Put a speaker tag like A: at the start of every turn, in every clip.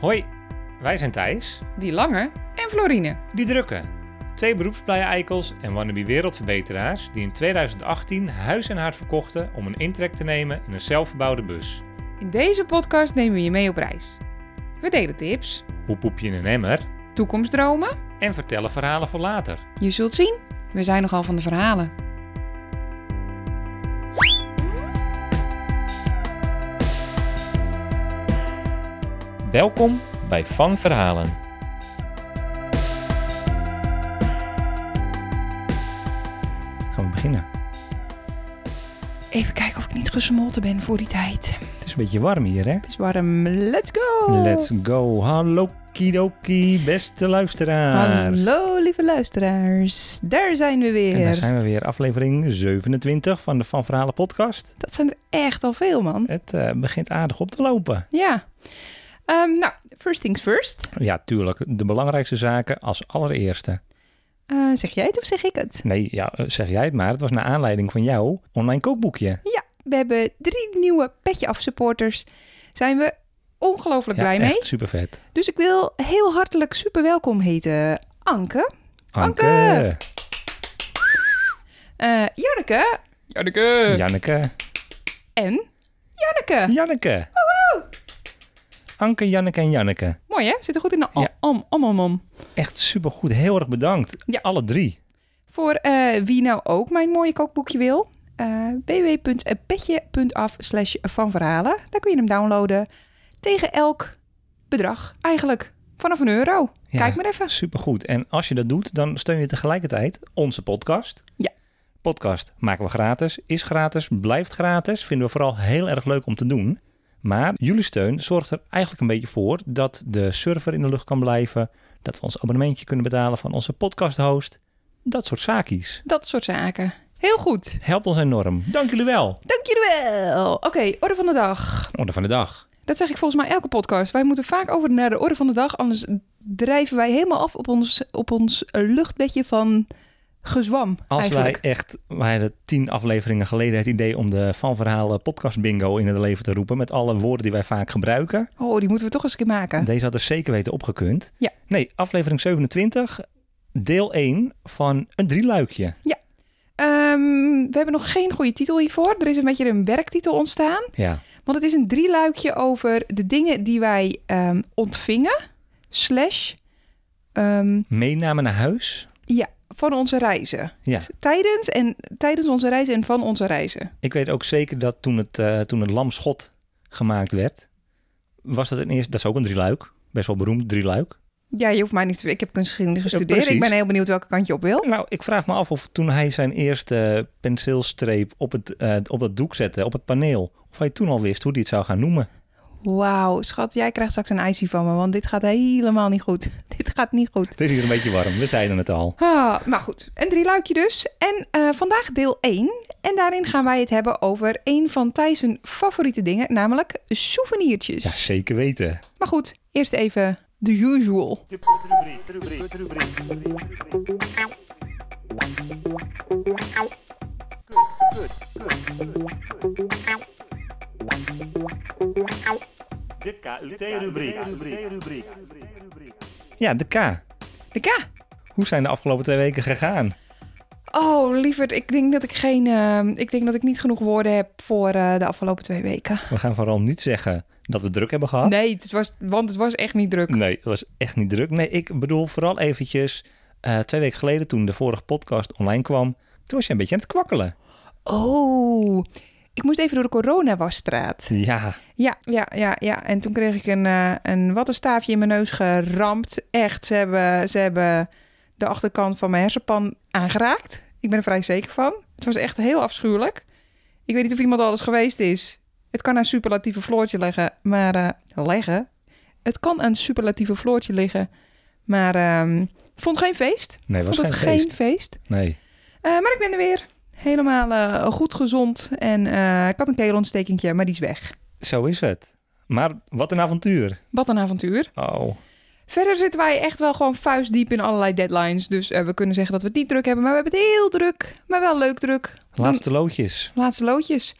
A: Hoi, wij zijn Thijs,
B: Die Lange en Florine.
A: die drukken. Twee beroepsblije-eikels en wannabe wereldverbeteraars die in 2018 huis en haard verkochten om een intrek te nemen in een zelfgebouwde bus.
B: In deze podcast nemen we je mee op reis. We delen tips,
A: Hoe poep je in een emmer?
B: toekomstdromen.
A: En vertellen verhalen voor later.
B: Je zult zien, we zijn nogal van de verhalen.
A: Welkom bij Van Verhalen. Gaan we beginnen.
B: Even kijken of ik niet gesmolten ben voor die tijd.
A: Het is een beetje warm hier, hè?
B: Het is warm. Let's go!
A: Let's go. Hallo kidoki, beste luisteraars.
B: Hallo lieve luisteraars. Daar zijn we
A: En daar
B: weer.
A: zijn we weer, aflevering 27 van de Van Verhalen podcast.
B: Dat zijn er echt al veel, man.
A: Het eh, begint aardig op te lopen.
B: Ja. Ehm, nou, first things first.
A: Ja, tuurlijk. De belangrijkste zaken als allereerste.
B: Eh, zeg jij het of zeg ik het?
A: Nee, ja, eh, zeg jij het maar. Het was naar aanleiding van jouw online kookboekje.
B: We hebben drie nieuwe Petje Af supporters. Zijn we ongelooflijk blij mee.
A: Echt super vet.
B: Dus ik wil heel hartelijk super welkom heten Anke, Anke! eh Janneke. Janneke.
A: Janneke.
B: En Janneke.
A: Janneke. Anke, Janneke en Janneke.
B: Mooi hè? Zit er goed in de om,
A: Ja.
B: om, om, om, om.
A: Echt supergoed. Heel erg bedankt.
B: Ja.
A: Alle drie.
B: Voor eh, wie nou ook mijn mooie kookboekje wil, eh www.petje.af slash van verhalen. Daar kun je hem downloaden tegen elk bedrag eigenlijk. Vanaf een euro.
A: Ja.
B: Kijk maar even.
A: Supergoed. En als je dat doet, dan steun je tegelijkertijd onze podcast.
B: Ja.
A: Podcast maken we gratis, is gratis, blijft gratis. Vinden we vooral heel erg leuk om te doen. Maar jullie steun zorgt er eigenlijk een beetje voor dat de server in de lucht kan blijven. Dat we ons abonnementje kunnen betalen van onze podcasthost. Dat soort zaakjes.
B: Dat soort zaken. Heel goed.
A: Helpt ons enorm. Dank jullie wel.
B: Dank jullie wel. Oké, orde van de dag.
A: Orde van de dag.
B: Dat zeg ik volgens mij elke podcast. Wij moeten vaak over naar de orde van de dag. Anders drijven wij helemaal af op ons, op ons luchtbedje van gezwam.
A: Als
B: eigenlijk.
A: wij echt, wij hadden tien afleveringen geleden het idee om de Van Verhalen podcast bingo in het leven te roepen. Met alle woorden die wij vaak gebruiken.
B: Oh, die moeten we toch eens een keer maken.
A: Deze had er zeker weten opgekund.
B: Ja.
A: Nee, aflevering 27, deel 1 van een drieluikje.
B: Ehm, we hebben nog geen goede titel hiervoor. Er is een beetje een werktitel ontstaan.
A: Ja.
B: Want het is een drieluikje over de dingen die wij ehm, ontvingen. Slash ehm,
A: Meenamen naar huis.
B: van onze reizen.
A: Ja.
B: Tijdens, en, tijdens onze reizen en van onze reizen.
A: Ik weet ook zeker dat toen het, eh, toen het lam schot gemaakt werd, was dat een eerste, dat is ook een drieluik. Best wel beroemd drieluik.
B: Ja, je hoeft mij niet te... Ik heb kunstgeschiedenis gestudeerd.
A: precies.
B: ik ben heel benieuwd welke kant je op wil.
A: Nou, ik vraag me af of toen hij zijn eerste penseelstreep op het, eh, op het doek zette, op het paneel, of hij toen al wist hoe hij het zou gaan noemen.
B: Wauw, schat, jij krijgt straks een ijsje van me, want dit gaat helemaal niet goed. Dit gaat niet goed.
A: Het is hier een beetje warm, we zeiden het al.
B: Ah, maar goed, een drieluikje dus. En eh, vandaag deel 1. En daarin gaan wij het hebben over een van Thijs' favoriete dingen, namelijk souvenirtjes.
A: Ja, zeker weten.
B: Maar goed, eerst even the usual.
C: De KUT-rubriek.
A: Ja, de K.
B: De K.
A: Hoe zijn de afgelopen twee weken gegaan?
B: Oh, lieverd, ik denk dat ik geen. ehm, ik denk dat ik niet genoeg woorden heb voor eh, de afgelopen twee weken.
A: We gaan vooral niet zeggen dat we druk hebben gehad.
B: Nee, het was, want het was echt niet druk.
A: Nee, dat was echt niet druk. Nee, ik bedoel vooral eventjes... eh, twee weken geleden toen de vorige podcast online kwam... toen was je een beetje aan het kwakkelen.
B: Oh, ik moest even door de coronawasstraat.
A: Ja,
B: Ja, ja, ja, ja. En toen kreeg ik een, eh, een wattenstaafje in mijn neus geramd. Echt, ze hebben, ze hebben de achterkant van mijn hersenpan aangeraakt. Ik ben er vrij zeker van. Het was echt heel afschuwelijk. Ik weet niet of iemand alles geweest is. Het kan aan superlatieve floortje liggen, maar... eh, leggen? Het kan aan superlatieve floortje liggen, maar... ehm, ik vond het geen feest.
A: nee,
B: Ik
A: was
B: vond
A: geen
B: het
A: feest.
B: geen feest.
A: Nee.
B: Eh, maar ik ben er weer. Helemaal eh, goed gezond. En eh, ik had een keelontstekentje, maar die is weg.
A: Zo is het. Maar wat een avontuur.
B: Wat een avontuur.
A: Oh,
B: Verder zitten wij echt wel gewoon vuistdiep in allerlei deadlines. Dus eh, we kunnen zeggen dat we het niet druk hebben. Maar we hebben het heel druk. Maar wel leuk druk.
A: laatste loodjes.
B: Laatste loodjes.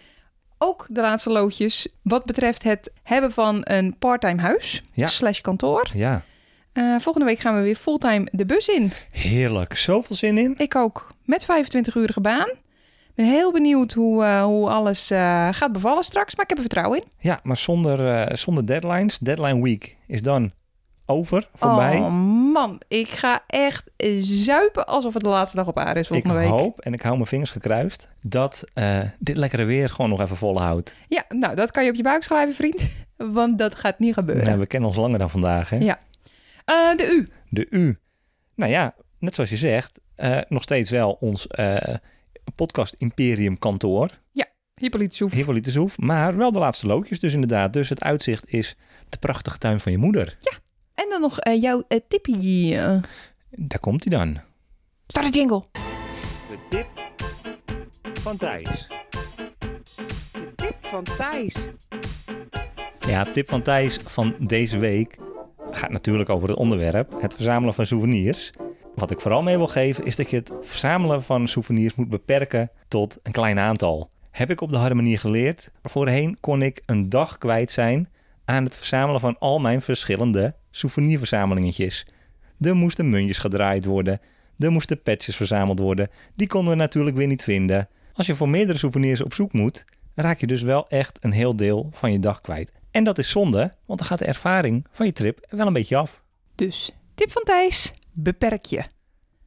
B: ook de laatste loodjes wat betreft het hebben van een parttime huis
A: Ja.
B: slash kantoor.
A: Ja,
B: Eh, volgende week gaan we weer fulltime de bus in.
A: heerlijk. Zoveel zin in.
B: Ik ook. Met 25-urige baan. Ik ben heel benieuwd hoe, eh, hoe alles eh, gaat bevallen straks. Maar ik heb er vertrouwen in.
A: Ja, maar zonder, eh, zonder deadlines. Deadline week is dan over, voorbij.
B: Oh man, ik ga echt zuipen alsof het de laatste dag op aarde is
A: ik
B: volgende week.
A: hoop, en ik hou mijn vingers gekruist, dat eh, dit lekkere weer gewoon nog even volhoudt.
B: Ja, nou dat kan je op je buik schrijven vriend. Want dat gaat niet gebeuren.
A: Nou, we kennen ons langer dan vandaag, hè?
B: Ja. Eh, de U.
A: De U. Nou ja, net zoals je zegt, eh, nog steeds wel ons eh, podcast Imperium kantoor.
B: Hippolyte Soef.
A: Hippolytus Hoef, maar wel de laatste loodjes dus inderdaad. Dus het uitzicht is de prachtige tuin van je moeder.
B: En dan nog eh, jouw eh, tippie. Eh,
A: Daar komt hij dan.
B: Start de jingle.
C: De tip van Thijs.
B: De tip van Thijs.
A: Ja, tip van Thijs van deze week gaat natuurlijk over het onderwerp, het verzamelen van souvenirs. Wat ik vooral mee wil geven is dat je het verzamelen van souvenirs moet beperken tot een klein aantal. Heb ik op de harde manier geleerd. Voorheen kon ik een dag kwijt zijn aan het verzamelen van al mijn verschillende souvenirverzamelingetjes. Er moesten muntjes gedraaid worden, er moesten patches verzameld worden. Die konden we natuurlijk weer niet vinden. Als je voor meerdere souvenirs op zoek moet, raak je dus wel echt een heel deel van je dag kwijt. En dat is zonde, want dan gaat de ervaring van je trip wel een beetje af.
B: Dus, tip van Thijs. Beperk je.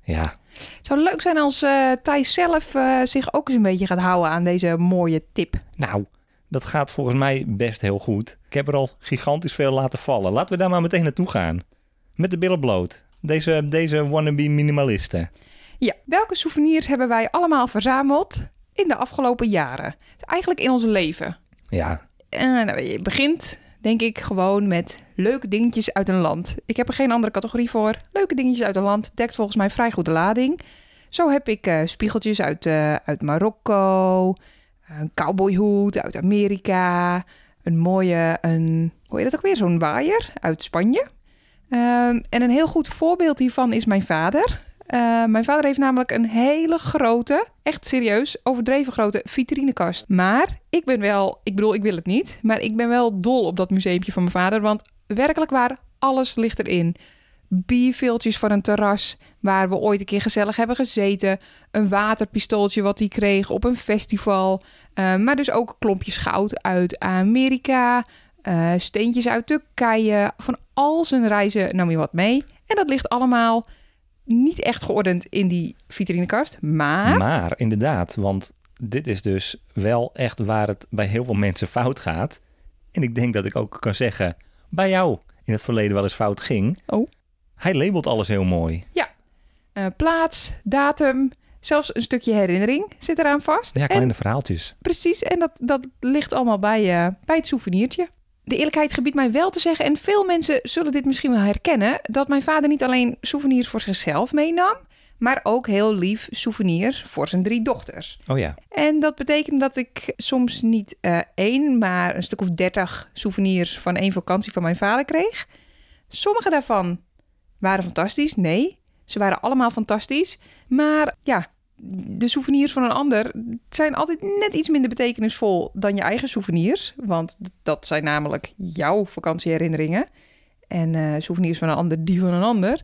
A: Ja,
B: Het zou leuk zijn als eh Thijs zelf eh, zich ook eens een beetje gaat houden aan deze mooie tip.
A: nou, dat gaat volgens mij best heel goed. Ik heb er al gigantisch veel laten vallen. Laten we daar maar meteen naartoe gaan. Met de billen bloot. Deze, deze wannabe minimalisten.
B: Ja, welke souvenirs hebben wij allemaal verzameld in de afgelopen jaren? Dus eigenlijk in ons leven.
A: Ja,
B: Eh, nou, je begint denk ik gewoon met leuke dingetjes uit een land. Ik heb er geen andere categorie voor. Leuke dingetjes uit een land dekt volgens mij vrij goed de lading. Zo heb ik eh, spiegeltjes uit, eh, uit Marokko, een cowboyhoed uit Amerika, een mooie, een, hoe heet dat ook weer, zo'n waaier uit Spanje. Ehm, en een heel goed voorbeeld hiervan is mijn vader. Eh, mijn vader heeft namelijk een hele grote, echt serieus, overdreven grote vitrinekast. Maar ik ben wel, ik bedoel, ik wil het niet, maar ik ben wel dol op dat museumpje van mijn vader. Want werkelijk waar, alles ligt erin. Bierviltjes van een terras waar we ooit een keer gezellig hebben gezeten. Een waterpistooltje wat hij kreeg op een festival. Eh, maar dus ook klompjes goud uit Amerika. eh, steentjes uit Turkije. Van al zijn reizen nam hij wat mee. En dat ligt allemaal niet echt geordend in die vitrinekast. Maar
A: maar inderdaad, want dit is dus wel echt waar het bij heel veel mensen fout gaat. En ik denk dat ik ook kan zeggen, bij jou in het verleden wel eens fout ging.
B: Oh.
A: Hij labelt alles heel mooi.
B: eh, plaats, datum, zelfs een stukje herinnering zit eraan vast.
A: Ja,
B: en,
A: kleine verhaaltjes.
B: precies, en dat, dat ligt allemaal bij, eh, bij het souvenirtje. De eerlijkheid gebiedt mij wel te zeggen, en veel mensen zullen dit misschien wel herkennen, dat mijn vader niet alleen souvenirs voor zichzelf meenam, maar ook heel lief souvenirs voor zijn drie dochters.
A: Oh ja.
B: En dat betekent dat ik soms niet eh, één, maar een stuk of dertig souvenirs van één vakantie van mijn vader kreeg. Sommige daarvan waren fantastisch. Nee, ze waren allemaal fantastisch. Maar ja, de souvenirs van een ander zijn altijd net iets minder betekenisvol dan je eigen souvenirs. Want d- dat zijn namelijk jouw vakantieherinneringen. En eh, souvenirs van een ander, die van een ander.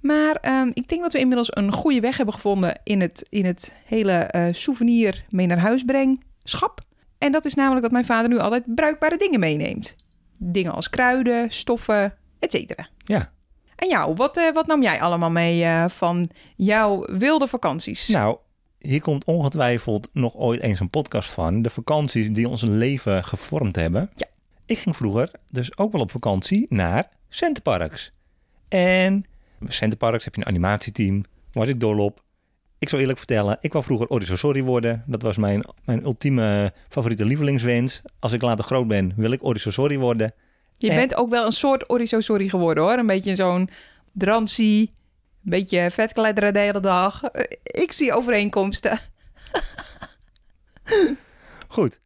B: Maar ehm, ik denk dat we inmiddels een goede weg hebben gevonden in het, in het hele eh, souvenir mee naar huis breng schap. En dat is namelijk dat mijn vader nu altijd bruikbare dingen meeneemt. Dingen als kruiden, stoffen, et cetera.
A: Ja.
B: En jou, wat, eh, wat nam jij allemaal mee eh, van jouw wilde vakanties?
A: Nou, hier komt ongetwijfeld nog ooit eens een podcast van. De vakanties die ons leven gevormd hebben.
B: Ja.
A: Ik ging vroeger dus ook wel op vakantie naar Centerparks. En Centerparks heb je een animatieteam. Was ik dol op. Ik zou eerlijk vertellen, ik wou vroeger Orizo Sorry worden. Dat was mijn, mijn ultieme favoriete lievelingswens. Als ik later groot ben, wil ik Orizo Sorry worden.
B: Je
A: Eh.
B: bent ook wel een soort Orizo Sorry geworden hoor. Een beetje zo'n dransie, een beetje vet kledderen de hele dag. Eh, Ik zie overeenkomsten.
A: Goed.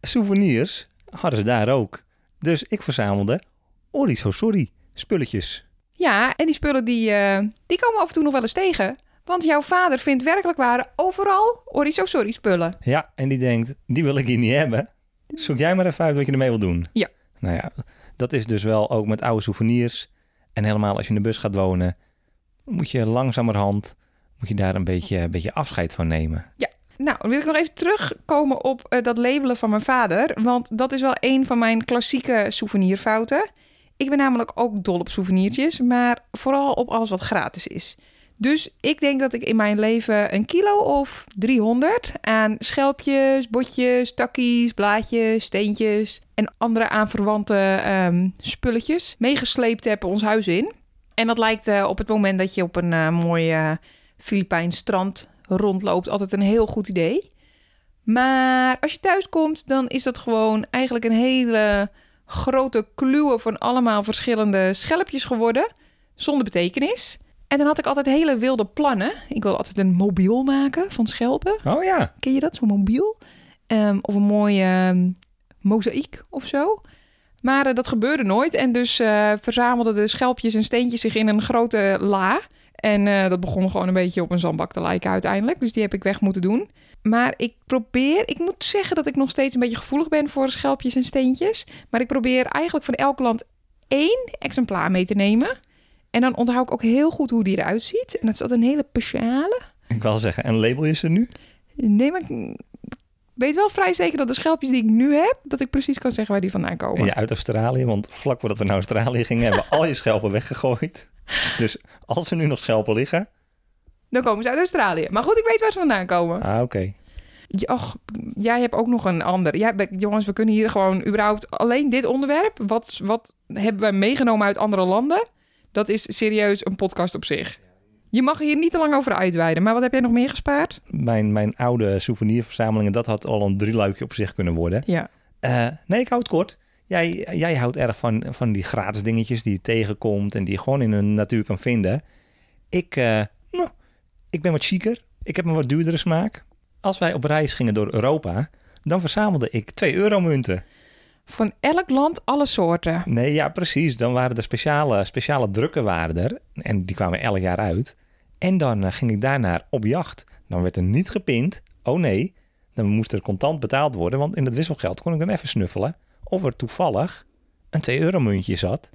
A: Souvenirs hadden ze daar ook. Dus ik verzamelde Orizo Sorry spulletjes.
B: Ja, en die spullen die, eh, die komen af en toe nog wel eens tegen. Want jouw vader vindt werkelijk waar overal Orizo-sorry spullen.
A: Ja, en die denkt, die wil ik hier niet hebben. Zoek jij maar even uit wat je ermee wil doen.
B: Ja.
A: Nou ja, dat is dus wel ook met oude souvenirs. En helemaal als je in de bus gaat wonen, moet je langzamerhand moet je daar een beetje, een beetje afscheid van nemen.
B: Nou, dan wil ik nog even terugkomen op eh, dat labelen van mijn vader. Want dat is wel een van mijn klassieke souvenirfouten. Ik ben namelijk ook dol op souvenirtjes, maar vooral op alles wat gratis is. Dus ik denk dat ik in mijn leven een kilo of 300 aan schelpjes, botjes, takkies, blaadjes, steentjes en andere aanverwante ehm, spulletjes meegesleept heb ons huis in. En dat lijkt eh, op het moment dat je op een eh, mooi eh Filipijns strand rondloopt, altijd een heel goed idee. Maar als je thuis komt, dan is dat gewoon eigenlijk een hele grote kluwe van allemaal verschillende schelpjes geworden, zonder betekenis. En dan had ik altijd hele wilde plannen. Ik wilde altijd een mobiel maken van schelpen.
A: Oh ja,
B: Ken je dat, zo'n mobiel? Ehm, of een mooie ehm, mozaïek of zo. Maar eh, dat gebeurde nooit. En dus eh, verzamelden de schelpjes en steentjes zich in een grote la. En eh, dat begon gewoon een beetje op een zandbak te lijken uiteindelijk. Dus die heb ik weg moeten doen. Maar ik probeer, ik moet zeggen dat ik nog steeds een beetje gevoelig ben voor schelpjes en steentjes. Maar ik probeer eigenlijk van elk land één exemplaar mee te nemen. En dan onthoud ik ook heel goed hoe die eruit ziet. En dat is altijd een hele speciale.
A: ik wil zeggen. En label je ze nu?
B: Nee, maar ik weet wel vrij zeker dat de schelpjes die ik nu heb, dat ik precies kan zeggen waar die vandaan komen.
A: En ja, uit Australië, want vlak voordat we naar Australië gingen, hebben we al je schelpen weggegooid. Dus als er nu nog schelpen liggen,
B: Dan komen ze uit Australië. Maar goed, ik weet waar ze vandaan komen.
A: ah oké.
B: Ja, Och, jij hebt ook nog een ander. Jij, bent- jongens, we kunnen hier gewoon überhaupt alleen dit onderwerp. Wat, wat hebben wij meegenomen uit andere landen? Dat is serieus een podcast op zich. Je mag hier niet te lang over uitweiden. Maar wat heb jij nog meer gespaard?
A: Mijn, mijn oude souvenirverzamelingen, dat had al een drieluikje op zich kunnen worden.
B: Ja.
A: Eh, nee, ik hou het kort. Jij, jij houdt erg van, van die gratis dingetjes die je tegenkomt en die je gewoon in de natuur kan vinden. Ik, eh, nou, ik ben wat chiquer. Ik heb een wat duurdere smaak. Als wij op reis gingen door Europa, dan verzamelde ik 2 euromunten.
B: Van elk land alle soorten.
A: Nee, ja, precies. Dan waren er speciale, speciale drukken waren er. En die kwamen elk jaar uit. En dan eh, ging ik daarnaar op jacht. Dan werd er niet gepind. Oh nee, dan moest er contant betaald worden. Want in dat wisselgeld kon ik dan even snuffelen. Of er toevallig een 2-euro muntje zat.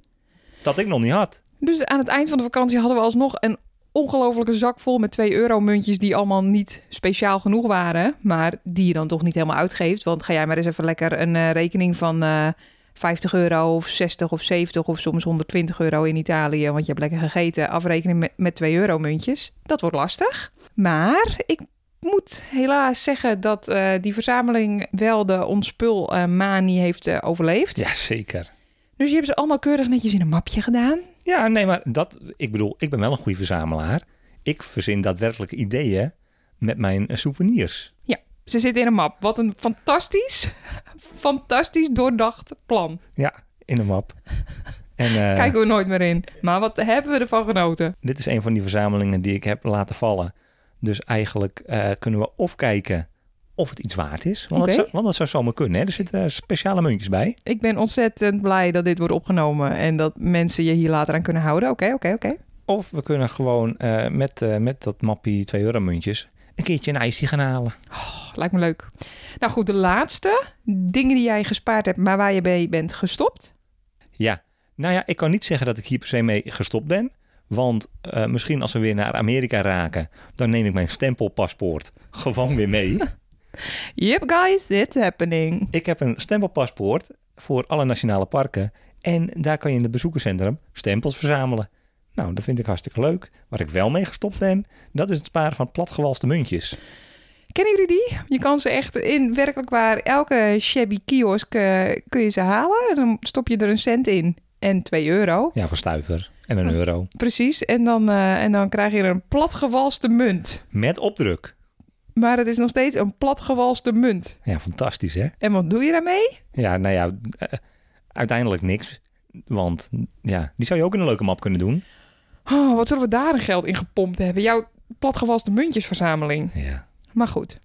A: Dat ik nog niet had.
B: Dus aan het eind van de vakantie hadden we alsnog een ongelofelijke zak vol met 2 euro muntjes die allemaal niet speciaal genoeg waren, maar die je dan toch niet helemaal uitgeeft. Want ga jij maar eens even lekker een eh, rekening van eh 50 euro of 60 of 70 of soms 120 euro in Italië, want je hebt lekker gegeten, afrekenen met, met 2 euro muntjes. Dat wordt lastig. Maar ik moet helaas zeggen dat eh, die verzameling wel de onspul eh manie heeft eh, overleefd.
A: Jazeker.
B: Dus je hebt ze allemaal keurig netjes in een mapje gedaan.
A: Ja, nee, maar dat... Ik bedoel, ik ben wel een goede verzamelaar. Ik verzin daadwerkelijk ideeën met mijn eh, souvenirs.
B: Ze zitten in een map. Wat een fantastisch, fantastisch doordacht plan.
A: Ja, in een map. En, eh,
B: Kijken we nooit meer in. Maar wat hebben we ervan genoten?
A: Dit is een van die verzamelingen die ik heb laten vallen. Dus eigenlijk eh, kunnen we of kijken of het iets waard is. Want, dat,
B: Oké.
A: zou, want dat zou zomaar kunnen. Hè? Er zitten speciale muntjes bij.
B: Ik ben ontzettend blij dat dit wordt opgenomen en dat mensen je hier later aan kunnen houden. Oké, oké, oké.
A: Of we kunnen gewoon eh, met, eh, met dat mappie 2 euro muntjes een keertje een ijsje gaan halen.
B: Oh, lijkt me leuk. Nou goed, de laatste. Dingen die jij gespaard hebt, maar waar je mee bent gestopt.
A: Ja, nou ja, ik kan niet zeggen dat ik hier per se mee gestopt ben. Want eh, misschien als we weer naar Amerika raken, dan neem ik mijn stempelpaspoort gewoon weer mee.
B: Yep guys, it's happening.
A: Ik heb een stempelpaspoort voor alle nationale parken. En daar kan je in het bezoekerscentrum stempels verzamelen. Nou, dat vind ik hartstikke leuk. Waar ik wel mee gestopt ben, dat is het sparen van platgewalste muntjes.
B: Kennen jullie die? Je kan ze echt in werkelijk waar elke shabby kiosk eh, kun je ze halen. En dan stop je er een cent in en 2 euro.
A: Ja, voor stuiver en een euro.
B: Precies, en dan, eh, en dan krijg je een platgewalste munt.
A: Met opdruk.
B: Maar het is nog steeds een platgewalste munt.
A: Ja, fantastisch hè?
B: En wat doe je daarmee?
A: Ja, nou ja, eh, uiteindelijk niks. Want ja, die zou je ook in een leuke map kunnen doen.
B: Oh, wat zullen we daar een geld in gepompt hebben? Jouw platgewalste muntjesverzameling.
A: Ja,
B: Maar goed,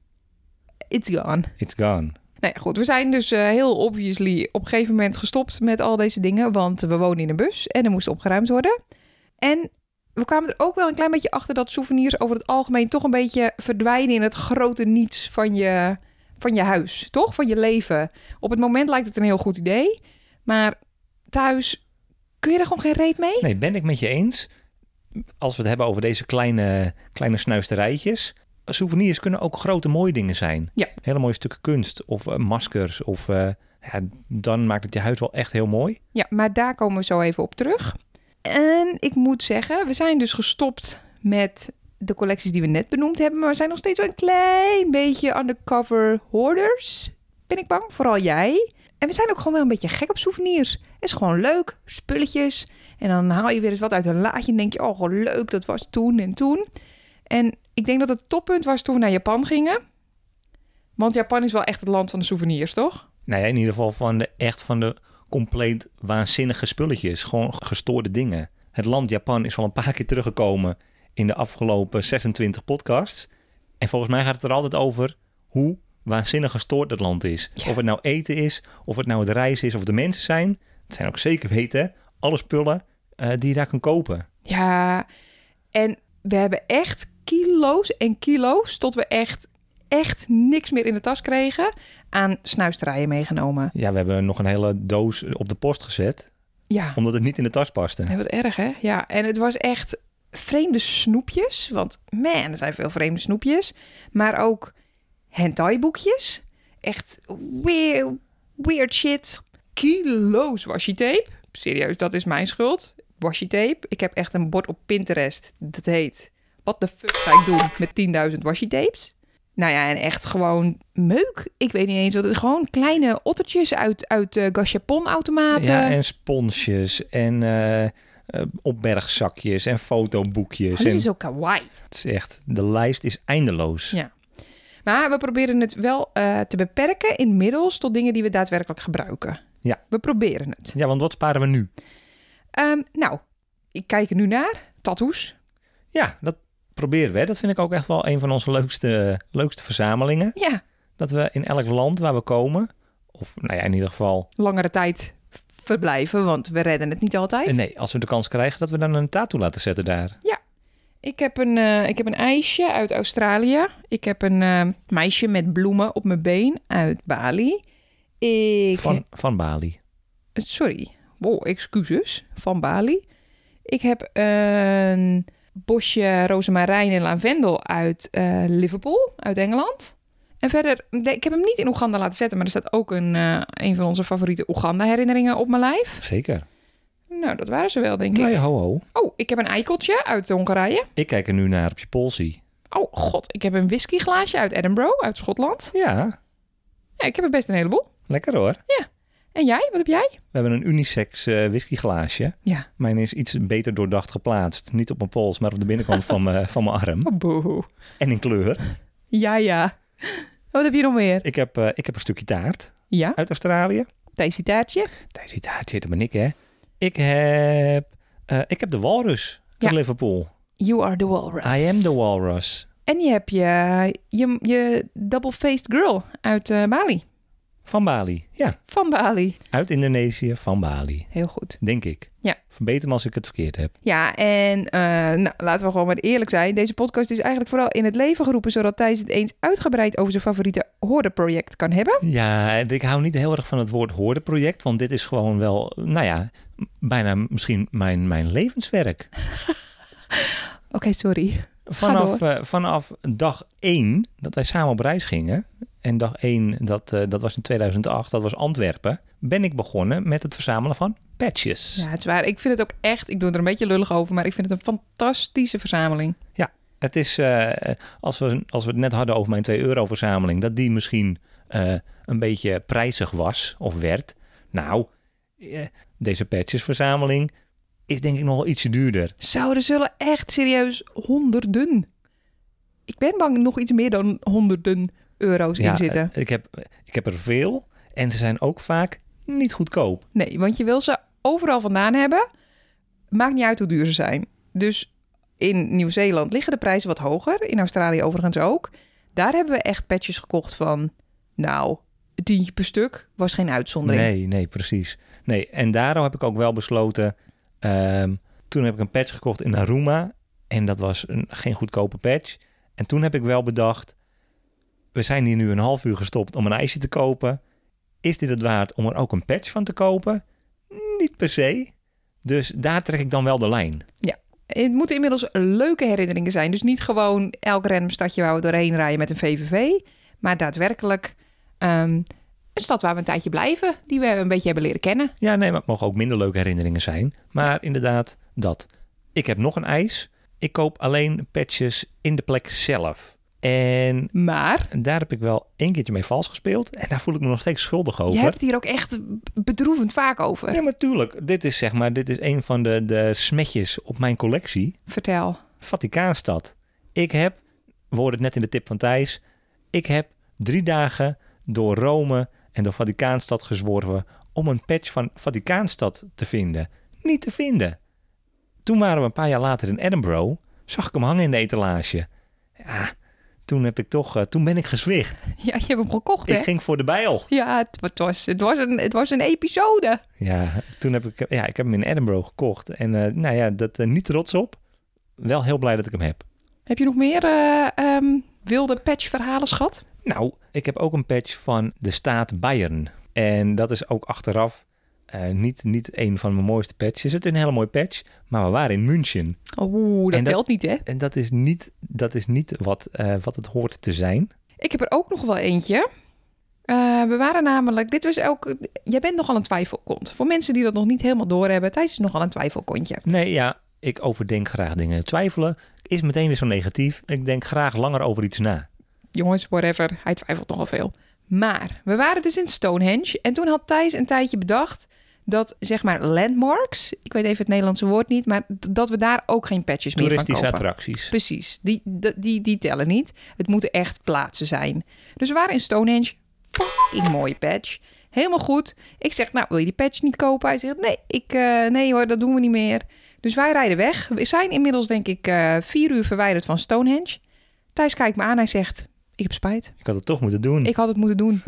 B: it's gone.
A: it's gone.
B: Nou ja, goed, we zijn dus eh, heel obviously op een gegeven moment gestopt met al deze dingen. Want we wonen in een bus en er moest opgeruimd worden. En we kwamen er ook wel een klein beetje achter dat souvenirs over het algemeen toch een beetje verdwijnen in het grote niets van je, van je huis, toch? Van je leven. Op het moment lijkt het een heel goed idee, maar thuis kun je er gewoon geen reet mee.
A: Nee, ben ik met je eens. Als we het hebben over deze kleine, kleine snuisterijtjes. Souvenirs kunnen ook grote mooie dingen zijn.
B: Ja.
A: Hele mooie stukken kunst of eh, maskers. Of, eh, ja, dan maakt het je huis wel echt heel mooi.
B: Ja, maar daar komen we zo even op terug. En ik moet zeggen, we zijn dus gestopt met de collecties die we net benoemd hebben, maar we zijn nog steeds wel een klein beetje undercover hoarders. Ben ik bang, vooral jij. En we zijn ook gewoon wel een beetje gek op souvenirs. Is gewoon leuk, spulletjes. En dan haal je weer eens wat uit een laadje en denk je, oh, gewoon leuk, dat was toen en toen. En ik denk dat het toppunt was toen we naar Japan gingen. Want Japan is wel echt het land van de souvenirs, toch?
A: Nou ja, in ieder geval van de, echt van de compleet waanzinnige spulletjes. Gewoon gestoorde dingen. Het land Japan is al een paar keer teruggekomen in de afgelopen 26 podcasts. En volgens mij gaat het er altijd over hoe waanzinnig gestoord dat land is.
B: Ja.
A: Of het nou eten is, of het nou het reizen is, of de mensen zijn. Het zijn ook zeker weten alle spullen eh, die je daar kan kopen.
B: Ja, en we hebben echt kilo's en kilo's tot we echt, echt niks meer in de tas kregen aan snuisterijen meegenomen.
A: Ja, we hebben nog een hele doos op de post gezet,
B: Ja,
A: omdat het niet in de tas paste.
B: nee, wat erg hè? Ja, en het was echt vreemde snoepjes, want man, er zijn veel vreemde snoepjes. Maar ook hentai boekjes, echt weird, weird shit. Kilo's washi tape, serieus, dat is mijn schuld. Washi tape, ik heb echt een bord op Pinterest, dat heet... Wat de fuck ga ik doen met 10.000 washi tapes? Nou ja, en echt gewoon meuk. Ik weet niet eens wat het gewoon kleine ottertjes uit, uit eh, gachapon-automaten.
A: Ja, en sponsjes en eh, eh, opbergzakjes en
B: Oh,
A: fotoboekjes.
B: dit
A: en
B: is zo kawaii.
A: het is echt, de lijst is eindeloos.
B: Ja. Maar we proberen het wel eh, te beperken inmiddels tot dingen die we daadwerkelijk gebruiken.
A: Ja.
B: We proberen het.
A: Ja, want wat sparen we nu?
B: Ehm, nou, ik kijk er nu naar. Tattoos.
A: Ja, dat proberen we. Dat vind ik ook echt wel een van onze leukste, leukste verzamelingen.
B: Ja,
A: Dat we in elk land waar we komen, of nou ja, in ieder geval...
B: langere tijd verblijven, want we redden het niet altijd.
A: eh, Nee, als we de kans krijgen, dat we dan een tattoo laten zetten daar.
B: Ik, heb een, eh, ik heb een ijsje uit Australië. Ik heb een eh, meisje met bloemen op mijn been uit Bali. Ik
A: Van, van Bali.
B: Sorry. Wow, excuses. Van Bali. Ik heb een bosje rozemarijn en lavendel uit eh, Liverpool, uit Engeland. En verder, nee, ik heb hem niet in Oeganda laten zetten, maar er staat ook een, eh, een van onze favoriete Oeganda-herinneringen op mijn lijf.
A: Zeker.
B: Nou, dat waren ze wel, denk ik.
A: Nee, ho, ho.
B: Oh, ik heb een eikeltje uit Hongarije.
A: Ik kijk er nu naar op je polsie.
B: Oh, god, ik heb een whiskyglaasje uit Edinburgh, uit Schotland.
A: Ja,
B: Ja, ik heb er best een heleboel.
A: lekker hoor.
B: En jij, wat heb jij?
A: We hebben een unisex eh, whiskyglaasje.
B: Ja.
A: Mijn is iets beter doordacht geplaatst. Niet op mijn pols, maar op de binnenkant van, mijn, van mijn arm.
B: Oh, boe.
A: En in kleur.
B: Ja, ja. Wat heb je nog meer?
A: Ik heb, eh, ik heb een stukje taart
B: Ja,
A: uit Australië.
B: deze taartje.
A: Deze taart zit er ben ik, hè. Ik heb, eh, ik heb de walrus uit
B: Ja.
A: Liverpool.
B: You are the walrus.
A: I am the walrus.
B: En je hebt je, je, je double-faced girl uit eh, Bali.
A: Van Bali. Ja,
B: Van Bali.
A: uit Indonesië, van Bali.
B: Heel goed.
A: Denk ik.
B: Ja.
A: Verbeter me als ik het verkeerd heb.
B: Ja, en eh, nou, laten we gewoon maar eerlijk zijn. Deze podcast is eigenlijk vooral in het leven geroepen... zodat Thijs het eens uitgebreid over zijn favoriete hoordenproject kan hebben.
A: Ja, ik hou niet heel erg van het woord hoordenproject, want dit is gewoon wel, nou ja, m- bijna misschien mijn, mijn levenswerk.
B: Oké, sorry.
A: Vanaf, eh, vanaf dag 1 dat wij samen op reis gingen, en dag 1 dat, eh, dat was in 2008, dat was Antwerpen, ben ik begonnen met het verzamelen van patches.
B: Ja, het is waar. Ik vind het ook echt... Ik doe er een beetje lullig over, maar ik vind het een fantastische verzameling.
A: Het is, eh, als, we, als we het net hadden over mijn 2 euro verzameling, dat die misschien eh, een beetje prijzig was of werd. Nou, eh, deze patches verzameling is denk ik nog wel ietsje duurder.
B: Zo, er zullen echt serieus honderden... Ik ben bang nog iets meer dan honderden euro's in zitten.
A: eh, ik heb, ik heb er veel en ze zijn ook vaak niet goedkoop.
B: Nee, want je wil ze overal vandaan hebben. Maakt niet uit hoe duur ze zijn. Dus in Nieuw-Zeeland liggen de prijzen wat hoger. In Australië overigens ook. Daar hebben we echt patches gekocht van... Nou, een tientje per stuk was geen uitzondering.
A: Nee, nee, precies. Nee, en daarom heb ik ook wel besloten, ehm, Toen heb ik een patch gekocht in Aruma. En dat was een, geen goedkope patch. En toen heb ik wel bedacht... We zijn hier nu een half uur gestopt om een ijsje te kopen. Is dit het waard om er ook een patch van te kopen? Niet per se. Dus daar trek ik dan wel de lijn.
B: Het moeten inmiddels leuke herinneringen zijn. Dus niet gewoon elk random stadje waar we doorheen rijden met een VVV. Maar daadwerkelijk ehm, een stad waar we een tijdje blijven. Die we een beetje hebben leren kennen.
A: Ja, nee, maar het mogen ook minder leuke herinneringen zijn. Maar inderdaad, dat. Ik heb nog een ijs. Ik koop alleen patches in de plek zelf. En
B: Maar
A: daar heb ik wel één keertje mee vals gespeeld. En daar voel ik me nog steeds schuldig
B: je
A: over.
B: hebt het hier ook echt bedroevend vaak over.
A: Ja, maar tuurlijk. Dit is zeg maar, dit is een van de, de smetjes op mijn collectie.
B: Vertel.
A: Vaticaanstad. Ik heb, we hoorden het net in de tip van Thijs. Ik heb drie dagen door Rome en door Vaticaanstad gezworven om een patch van Vaticaanstad te vinden. Niet te vinden. Toen waren we een paar jaar later in Edinburgh. Zag ik hem hangen in de etalage. Ja, toen heb ik toch, eh, toen ben ik gezwicht.
B: Ja, je hebt hem gekocht, hè?
A: Ik ging voor de bijl.
B: Ja, het, het was, het, was een, het was een episode.
A: Ja, toen heb ik, ja, ik heb hem in Edinburgh gekocht. En eh, nou ja, dat eh, niet trots op. Wel heel blij dat ik hem heb.
B: Heb je nog meer eh, ehm, wilde patchverhalen, schat?
A: Nou, ik heb ook een patch van de staat Bayern. En dat is ook achteraf eh, niet, niet een van mijn mooiste patches. Het is een hele mooie patch, maar we waren in München.
B: Oeh, dat
A: En dat-
B: telt niet, hè?
A: En dat is niet, dat is niet wat, eh, wat het hoort te zijn.
B: Ik heb er ook nog wel eentje. Eh, we waren namelijk, dit was ook, jij bent nogal een twijfelkont. Voor mensen die dat nog niet helemaal doorhebben, Thijs is nogal een twijfelkontje.
A: Nee, ja, ik overdenk graag dingen. Twijfelen is meteen weer zo negatief. Ik denk graag langer over iets na.
B: Jongens, whatever, hij twijfelt nogal veel. Maar we waren dus in Stonehenge en toen had Thijs een tijdje bedacht dat, zeg maar, landmarks, ik weet even het Nederlandse woord niet, maar d- dat we daar ook geen patches meer van
A: Toeristische
B: kopen.
A: attracties.
B: Precies, die, die, die, die tellen niet. Het moeten echt plaatsen zijn. Dus we waren in Stonehenge. Fucking mooie patch. Helemaal goed. Ik zeg, nou, wil je die patch niet kopen? Hij zegt, nee, ik, eh, nee hoor, dat doen we niet meer. Dus wij rijden weg. We zijn inmiddels, denk ik, eh, vier uur verwijderd van Stonehenge. Thijs kijkt me aan, hij zegt, ik heb spijt.
A: Ik had het toch moeten doen.
B: Ik had het moeten doen.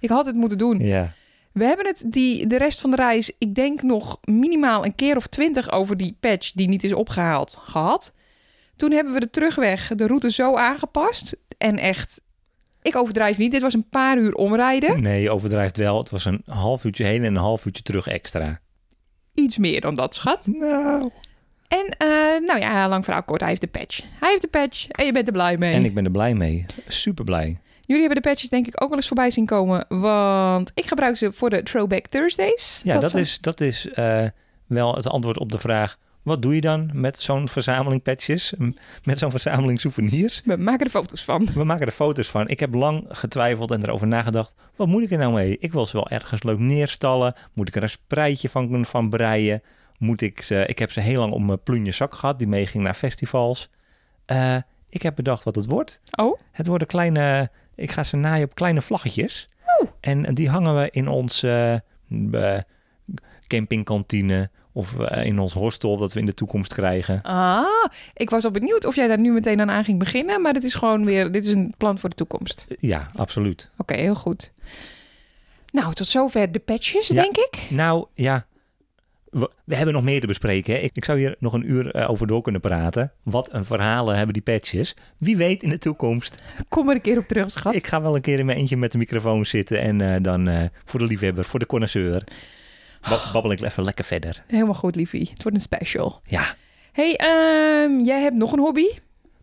B: Ik had het moeten doen.
A: Ja.
B: We hebben het die, de rest van de reis, ik denk nog minimaal een keer of twintig over die patch die niet is opgehaald gehad. Toen hebben we de terugweg, de route zo aangepast. En echt, ik overdrijf niet, dit was een paar uur omrijden.
A: Nee, je overdrijft wel. Het was een half uurtje heen en een half uurtje terug extra.
B: Iets meer dan dat, schat.
A: Nou.
B: En eh, nou ja, lang verhaal kort, hij heeft de patch. Hij heeft de patch en je bent er blij mee.
A: En ik ben er blij mee. Super blij.
B: Jullie hebben de patches denk ik ook wel eens voorbij zien komen. Want ik gebruik ze voor de Throwback Thursdays.
A: Ja, dat
B: zijn-
A: is, dat is eh, wel het antwoord op de vraag... wat doe je dan met zo'n verzameling patches? M- Met zo'n verzameling souvenirs?
B: We maken er foto's van.
A: We maken er foto's van. Ik heb lang getwijfeld en erover nagedacht... wat moet ik er nou mee? Ik wil ze wel ergens leuk neerstallen. Moet ik er een spreidje van, van breien? Moet ik ze... Ik heb ze heel lang op mijn plunje zak gehad... die meeging naar festivals. Eh, ik heb bedacht wat het wordt.
B: Oh,
A: Het worden kleine, ik ga ze naaien op kleine vlaggetjes. En die hangen we in onze eh, eh, campingkantine of eh, in ons hostel dat we in de toekomst krijgen.
B: Ah, ik was al benieuwd of jij daar nu meteen aan aan ging beginnen. Maar dit is gewoon weer, dit is een plan voor de toekomst.
A: Eh, Ja, absoluut.
B: Oké, heel goed. Nou, tot zover de patches,
A: Ja.
B: denk ik.
A: Nou ja, we, we hebben nog meer te bespreken. Hè? Ik, ik zou hier nog een uur eh, over door kunnen praten. Wat een verhalen hebben die patches. Wie weet in de toekomst.
B: Kom er een keer op terug, schat.
A: Ik ga wel een keer in mijn eentje met de microfoon zitten en eh, dan eh, voor de liefhebber, voor de connoisseur. ba- babbel ik even lekker verder.
B: Helemaal goed, liefie. Het wordt een special.
A: Ja,
B: hey, ehm, jij hebt nog een hobby?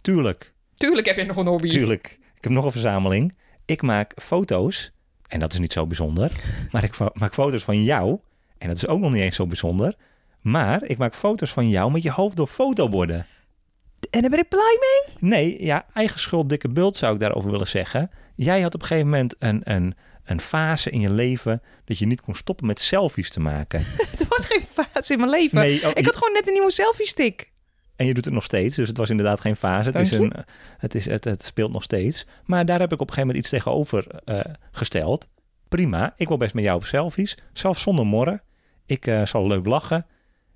A: tuurlijk.
B: Tuurlijk heb jij nog een hobby.
A: Tuurlijk. Ik heb nog een verzameling. Ik maak foto's. En dat is niet zo bijzonder. Maar ik fo- maak foto's van jou. En dat is ook nog niet eens zo bijzonder. Maar ik maak foto's van jou met je hoofd door fotoborden.
B: En daar ben ik blij mee.
A: Nee, ja, eigen schuld, dikke bult zou ik daarover willen zeggen. Jij had op een gegeven moment een, een, een fase in je leven dat je niet kon stoppen met selfies te maken.
B: Het was geen fase in mijn leven.
A: Nee, oh,
B: ik had gewoon net een nieuwe selfie-stick.
A: En je doet het nog steeds, dus het was inderdaad geen fase. Het,
B: Dank
A: is
B: je.
A: een, eh, het, is, het, het speelt nog steeds. Maar daar heb ik op een gegeven moment iets tegenover eh, gesteld. Prima, ik wil best met jou op selfies, zelfs zonder morren. Ik eh, zal leuk lachen.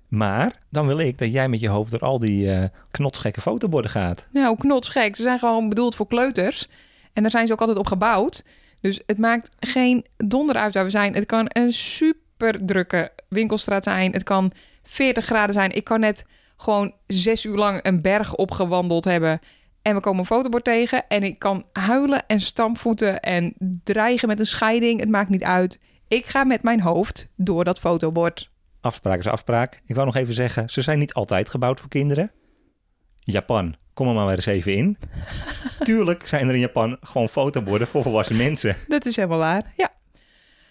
A: Maar dan wil ik dat jij met je hoofd door al die eh, knotsgekke fotoborden gaat.
B: Nou, knotsgek. Ze zijn gewoon bedoeld voor kleuters. En daar zijn ze ook altijd op gebouwd. Dus het maakt geen donder uit waar we zijn. Het kan een super drukke winkelstraat zijn. Het kan 40 graden zijn. Ik kan net gewoon zes uur lang een berg opgewandeld hebben. En we komen een fotobord tegen. En ik kan huilen en stampvoeten en dreigen met een scheiding. Het maakt niet uit. Ik ga met mijn hoofd door dat fotobord.
A: Afspraak is afspraak. Ik wou nog even zeggen, ze zijn niet altijd gebouwd voor kinderen. Japan, kom er maar weer eens even in. Tuurlijk zijn er in Japan gewoon fotoborden voor volwassen mensen.
B: Dat is helemaal waar, ja.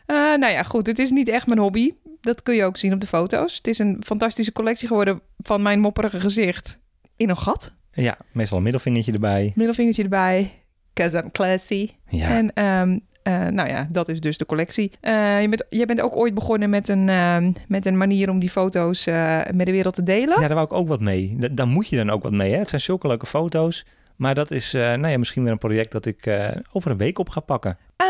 B: Eh, nou ja, goed, het is niet echt mijn hobby. Dat kun je ook zien op de foto's. Het is een fantastische collectie geworden van mijn mopperige gezicht. In een gat.
A: Ja, meestal een middelvingertje erbij.
B: Middelvingertje erbij. Cause I'm classy.
A: Ja,
B: En ehm, eh, nou ja, dat is dus de collectie. Eh, je, bent, je bent ook ooit begonnen met een, ehm, met een manier om die foto's eh, met de wereld te delen.
A: ja daar wou ik ook wat mee. Da- daar moet je dan ook wat mee. Hè? Het zijn zulke leuke foto's. Maar dat is eh, nou ja, misschien weer een project dat ik eh, over een week op ga pakken.
B: Ehm,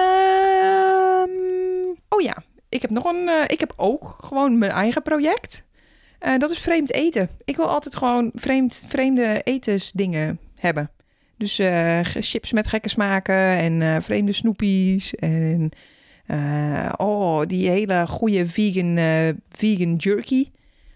B: oh ja, ik heb nog een. eh, ik heb ook gewoon mijn eigen project. Eh, dat is vreemd eten. Ik wil altijd gewoon vreemd, vreemde etensdingen hebben. Dus eh, ge- chips met gekke smaken en eh, vreemde snoepies. En eh, oh, die hele goede vegan, eh, vegan jerky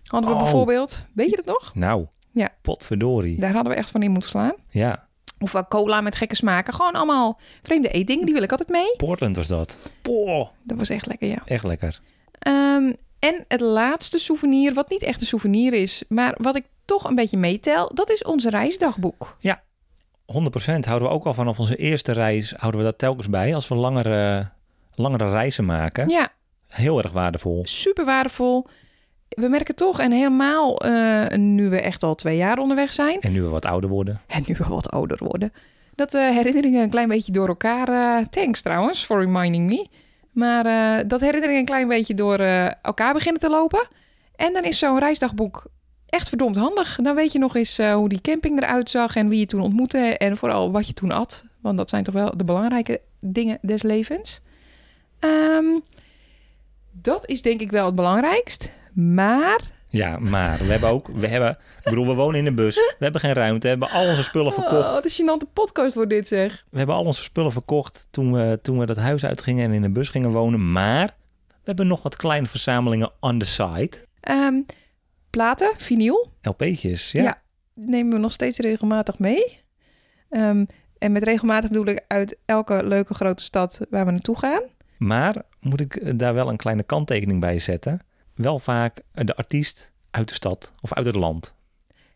B: hadden we
A: Oh.
B: bijvoorbeeld. Weet je dat nog?
A: Nou,
B: Ja.
A: potverdorie.
B: Daar hadden we echt van in moeten slaan.
A: Ja,
B: Of eh, cola met gekke smaken. Gewoon allemaal vreemde eetdingen. Die wil ik altijd mee.
A: Portland was dat. Poh,
B: Dat was echt lekker, ja.
A: echt lekker.
B: Ehm, en het laatste souvenir, wat niet echt een souvenir is, maar wat ik toch een beetje meetel, dat is ons reisdagboek.
A: 100% houden we ook al vanaf onze eerste reis, houden we dat telkens bij. Als we langere, langere reizen maken.
B: Ja,
A: Heel erg waardevol.
B: super waardevol. We merken toch, en helemaal eh, nu we echt al twee jaar onderweg zijn,
A: En nu we wat ouder worden.
B: en nu we wat ouder worden, dat de herinneringen een klein beetje door elkaar... eh thanks trouwens, for reminding me. Maar eh, dat herinneringen een klein beetje door eh, elkaar beginnen te lopen. En dan is zo'n reisdagboek echt verdomd handig. Dan weet je nog eens eh, hoe die camping eruit zag en wie je toen ontmoette. En vooral wat je toen at. Want dat zijn toch wel de belangrijke dingen des levens. Ehm, dat is denk ik wel het belangrijkst. Maar
A: Ja, maar we hebben ook, we hebben, ik bedoel, we wonen in een bus. We hebben geen ruimte. We hebben al onze spullen verkocht.
B: Oh, wat een gênante podcast wordt dit zeg.
A: We hebben al onze spullen verkocht toen we, toen we dat huis uitgingen en in een bus gingen wonen. Maar we hebben nog wat kleine verzamelingen on the side.
B: Ehm, platen, vinyl.
A: LP'tjes, ja.
B: Ja. nemen we nog steeds regelmatig mee. Ehm, en met regelmatig bedoel ik uit elke leuke grote stad waar we naartoe gaan.
A: Maar moet ik eh, daar wel een kleine kanttekening bij zetten? Wel vaak eh, de artiest uit de stad of uit het land.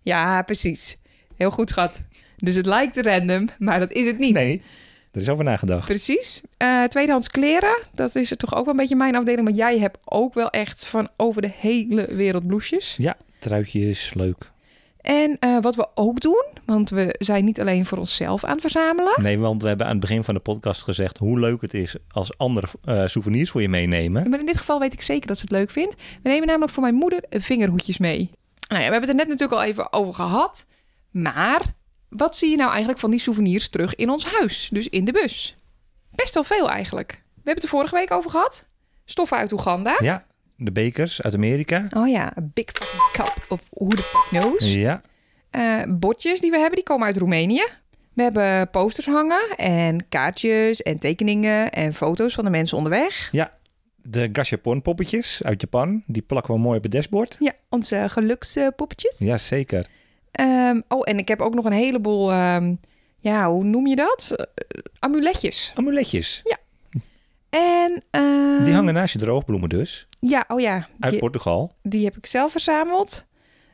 B: Ja, precies. Heel goed, schat. Dus het lijkt random, maar dat is het niet.
A: Nee, er is over nagedacht.
B: Precies. Eh, tweedehands kleren, dat is toch ook wel een beetje mijn afdeling. Maar jij hebt ook wel echt van over de hele wereld bloesjes.
A: Ja, truitjes, leuk.
B: En eh, wat we ook doen, want we zijn niet alleen voor onszelf aan het verzamelen.
A: Nee, want we hebben aan het begin van de podcast gezegd hoe leuk het is als andere eh, souvenirs voor je meenemen.
B: Maar in dit geval weet ik zeker dat ze het leuk vindt. We nemen namelijk voor mijn moeder vingerhoedjes mee. Nou ja, we hebben het er net natuurlijk al even over gehad. Maar wat zie je nou eigenlijk van die souvenirs terug in ons huis? Dus in de bus. Best wel veel eigenlijk. We hebben het er vorige week over gehad. Stoffen uit Oeganda.
A: Ja, de bekers uit Amerika.
B: Oh ja, a big fucking cup of who the fuck knows.
A: Ja,
B: Eh, botjes die we hebben, die komen uit Roemenië. We hebben posters hangen en kaartjes en tekeningen en foto's van de mensen onderweg.
A: de gashapon poppetjes uit Japan. Die plakken we mooi op het dashboard.
B: Ja, onze gelukspoppetjes.
A: Jazeker.
B: Ehm, oh, en ik heb ook nog een heleboel, ehm, ja, hoe noem je dat? Eh, amuletjes.
A: Amuletjes.
B: En ehm,
A: Die hangen naast je droogbloemen dus.
B: Ja, oh ja,
A: Uit
B: die,
A: Portugal.
B: die heb ik zelf verzameld.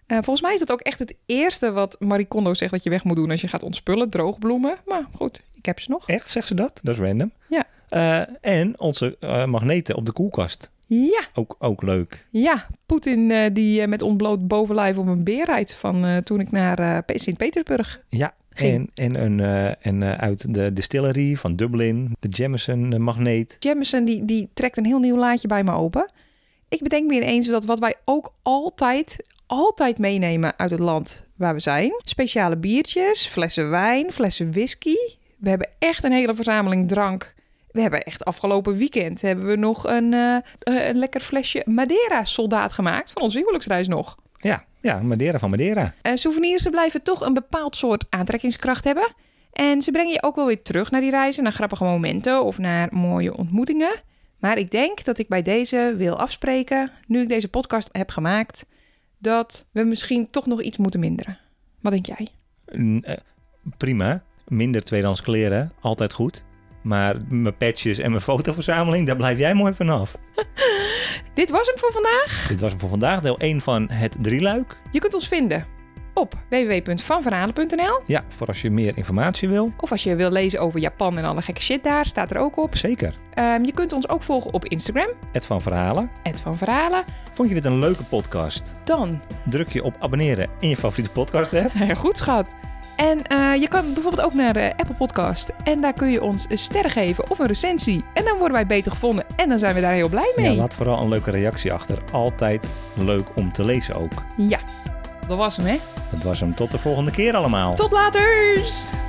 B: Eh, volgens mij is dat ook echt het eerste wat Marie Kondo zegt dat je weg moet doen als je gaat ontspullen, droogbloemen. Maar goed, ik heb ze nog.
A: Echt, zegt ze dat? Dat is random.
B: Ja.
A: Eh, en onze eh, magneten op de koelkast.
B: Ja,
A: Ook, ook leuk.
B: ja, Poetin eh, die eh, met ontbloot bovenlijf op een beer rijdt van eh, toen ik naar eh, Pe- Sint-Petersburg.
A: Ja,
B: Geen.
A: en, en, een, eh, en eh, uit de distillery van Dublin. De Jameson eh, magneet.
B: Jamison die, die trekt een heel nieuw laadje bij me open. Ik bedenk me ineens dat wat wij ook altijd, altijd meenemen uit het land waar we zijn. Speciale biertjes, flessen wijn, flessen whisky. We hebben echt een hele verzameling drank. We hebben echt afgelopen weekend hebben we nog een, eh, eh, een lekker flesje Madeira-soldaat gemaakt van onze huwelijksreis nog.
A: Ja, ja, Madeira van Madeira.
B: Eh, souvenirs ze blijven toch een bepaald soort aantrekkingskracht hebben. En ze brengen je ook wel weer terug naar die reizen, naar grappige momenten of naar mooie ontmoetingen. Maar ik denk dat ik bij deze wil afspreken, nu ik deze podcast heb gemaakt, dat we misschien toch nog iets moeten minderen. Wat denk jij?
A: N- eh, prima. Minder tweedehands kleren, altijd goed. Maar mijn patches en mijn fotoverzameling, daar blijf jij mooi vanaf.
B: Dit was hem voor vandaag.
A: Dit was hem voor vandaag, deel 1 van het drieluik.
B: Je kunt ons vinden op www.vanverhalen.nl
A: Ja, voor als je meer informatie wil.
B: of als je wil lezen over Japan en alle gekke shit daar, staat er ook op.
A: Zeker.
B: Ehm, je kunt ons ook volgen op Instagram,
A: Het van Verhalen.
B: @vanverhalen.
A: Vond je dit een leuke podcast?
B: Dan,
A: Druk je op abonneren in je favoriete podcast app.
B: Nou goed schat. En eh, je kan bijvoorbeeld ook naar eh, Apple Podcast en daar kun je ons een sterren geven of een recensie. En dan worden wij beter gevonden en dan zijn we daar heel blij mee.
A: Ja, laat vooral een leuke reactie achter. Altijd leuk om te lezen ook.
B: Ja, dat was hem hè.
A: Dat was hem. Tot de volgende keer allemaal.
B: Tot later!